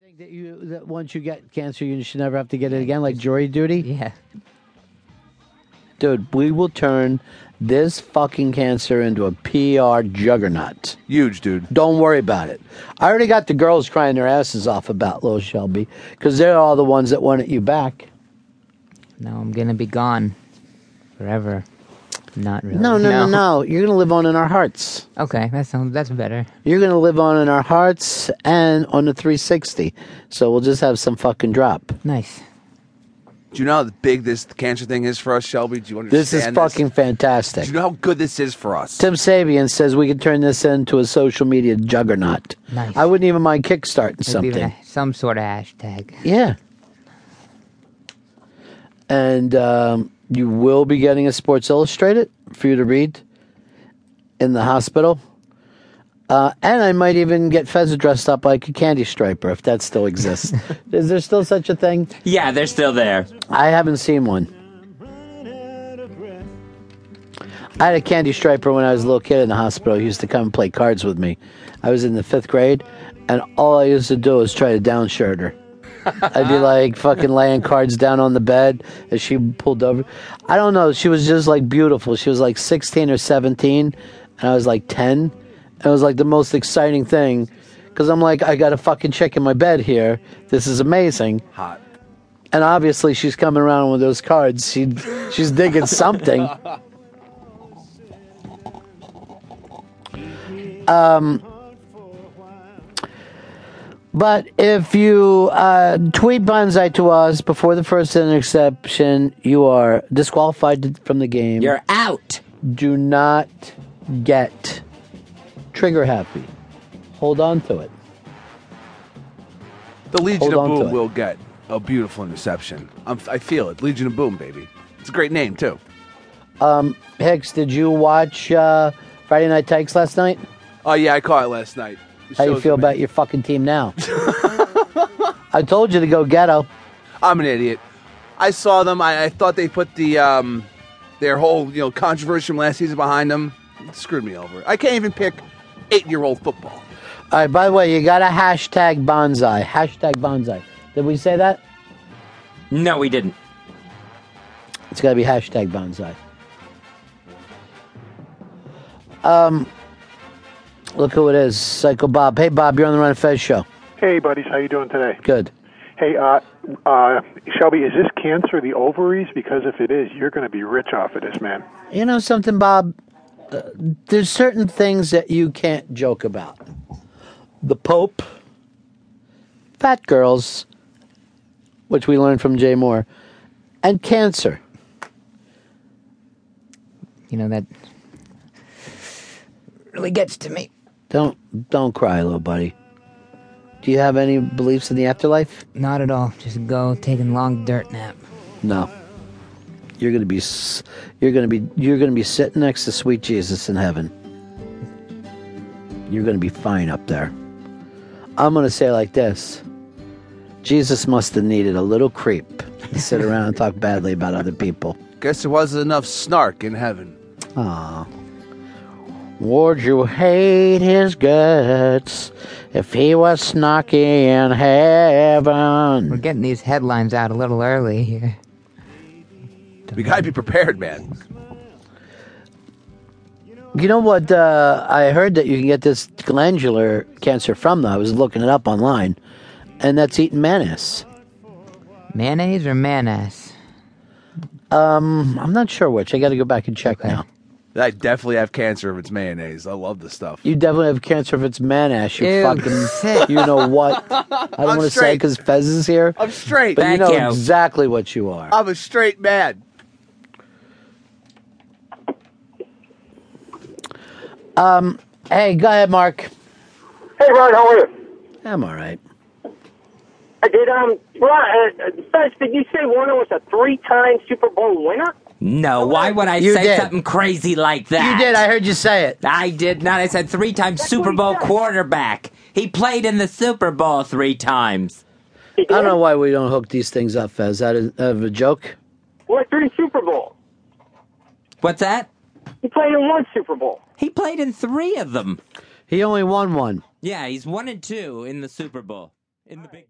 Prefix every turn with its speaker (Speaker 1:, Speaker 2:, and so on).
Speaker 1: think that you that once you get cancer, you should never have to get it again, like jury duty?
Speaker 2: Yeah.
Speaker 1: Dude, we will turn this fucking cancer into a PR juggernaut.
Speaker 3: Huge, dude.
Speaker 1: Don't worry about it. I already got the girls crying their asses off about Low Shelby because they're all the ones that wanted you back.
Speaker 2: No, I'm gonna be gone forever. Not really.
Speaker 1: No, no, no, no. You're going to live on in our hearts.
Speaker 2: Okay, that sounds that's better.
Speaker 1: You're going to live on in our hearts and on the 360. So we'll just have some fucking drop.
Speaker 2: Nice.
Speaker 3: Do you know how big this cancer thing is for us, Shelby? Do you understand?
Speaker 1: This is fucking fantastic.
Speaker 3: Do you know how good this is for us?
Speaker 1: Tim Sabian says we could turn this into a social media juggernaut.
Speaker 2: Nice.
Speaker 1: I wouldn't even mind kickstarting
Speaker 2: Maybe
Speaker 1: something.
Speaker 2: even a- some sort of hashtag.
Speaker 1: Yeah. And um, you will be getting a Sports Illustrated for you to read in the hospital. Uh, and I might even get Fez dressed up like a candy striper if that still exists. Is there still such a thing?
Speaker 4: Yeah, they're still there.
Speaker 1: I haven't seen one. I had a candy striper when I was a little kid in the hospital. He used to come and play cards with me. I was in the fifth grade, and all I used to do was try to downshirt her. I'd be like fucking laying cards down on the bed as she pulled over. I don't know. She was just like beautiful. She was like 16 or 17, and I was like 10. And it was like the most exciting thing because I'm like, I got a fucking chick in my bed here. This is amazing
Speaker 3: Hot.
Speaker 1: and obviously she's coming around with those cards. She she's digging something. Um, Um, but if you uh, tweet bonsai to us before the first interception, you are disqualified from the game.
Speaker 4: You're out.
Speaker 1: Do not get trigger happy. Hold on to it.
Speaker 3: The
Speaker 1: Hold
Speaker 3: Legion of
Speaker 1: on to
Speaker 3: Boom
Speaker 1: it.
Speaker 3: will get a beautiful interception. I'm, I feel it. Legion of Boom, baby. It's a great name too.
Speaker 1: Hicks, did you watch uh, Friday Night Tykes last night?
Speaker 3: Oh yeah, I caught it last night. The
Speaker 1: How you
Speaker 3: show's
Speaker 1: feel about
Speaker 3: amazing.
Speaker 1: your fucking team now? I told you to go ghetto.
Speaker 3: I'm an idiot. I saw them. I, I thought they put the um, their whole you know controversy from last season behind them. It screwed me over. I can't even pick eight year old football.
Speaker 1: All right. By the way, you got a hashtag bonsai. Hashtag bonsai. Did we say that?
Speaker 4: No, we didn't.
Speaker 1: It's got to be hashtag bonsai. Um, Um, look who it is, Psycho Bob. Hey, Bob, you're on the Run of Fez show.
Speaker 5: Hey, buddies, how you doing today?
Speaker 1: Good.
Speaker 5: Hey, uh, uh, Shelby, is this cancer the ovaries? Because if it is, you're going to be rich off of this, man.
Speaker 1: You know something, Bob? Uh, there's certain things that you can't joke about. The Pope, fat girls, which we learned from Jay Moore, and cancer.
Speaker 2: You know that really gets to me.
Speaker 1: Don't don't cry, little buddy. Do you have any beliefs in the afterlife?
Speaker 2: Not at all. Just go taking long dirt nap.
Speaker 1: No. You're gonna be s- you're gonna be you're gonna be sitting next to sweet Jesus in heaven. You're gonna be fine up there. I'm gonna say it like this: Jesus must have needed a little creep to sit around and talk badly about other people.
Speaker 3: Guess there wasn't enough snark in heaven.
Speaker 1: Would you hate his guts if he was snarky in
Speaker 2: We're
Speaker 1: heaven?
Speaker 2: getting these headlines out a little early here.
Speaker 3: We gotta be prepared, man.
Speaker 1: You know what? Uh, I heard that you can get this glandular cancer from though. I was looking it up online, and that's eating mayonnaise.
Speaker 2: Mayonnaise or mayonnaise?
Speaker 1: I'm not sure which. I got to go back and check now.
Speaker 3: I definitely have cancer if it's mayonnaise. I love this stuff.
Speaker 1: You definitely have cancer if it's mayonnaise. You
Speaker 2: Ew,
Speaker 1: fucking,
Speaker 2: sick.
Speaker 1: you know what? I don't want to say
Speaker 3: straight.
Speaker 1: because Fez is here,
Speaker 3: I'm straight.
Speaker 1: but you Uh,
Speaker 4: Thank
Speaker 1: know
Speaker 4: you.
Speaker 1: exactly what you are.
Speaker 3: I'm a straight man.
Speaker 1: Hey, go ahead, Mark.
Speaker 6: Hey, Ron, how are you?
Speaker 1: I'm all right.
Speaker 6: Uh, Did um, Ron, uh, uh, Fez, did you say Warner was a three-time Super Bowl winner?
Speaker 4: No, why would I
Speaker 1: You
Speaker 4: say
Speaker 1: did.
Speaker 4: something crazy like that?
Speaker 1: You did. I heard you say it.
Speaker 4: I did not. I said three times Super
Speaker 6: what he
Speaker 4: Bowl
Speaker 6: said.
Speaker 4: quarterback. He played in the Super Bowl three times.
Speaker 6: He
Speaker 1: I don't
Speaker 6: did.
Speaker 1: know why we don't hook these things up, Fez. That is of a joke.
Speaker 6: What three Super Bowl?
Speaker 4: What's that?
Speaker 6: He played in one Super Bowl.
Speaker 4: He played in three of them.
Speaker 1: He only won one.
Speaker 4: Yeah, he's one and two in the Super Bowl. In the big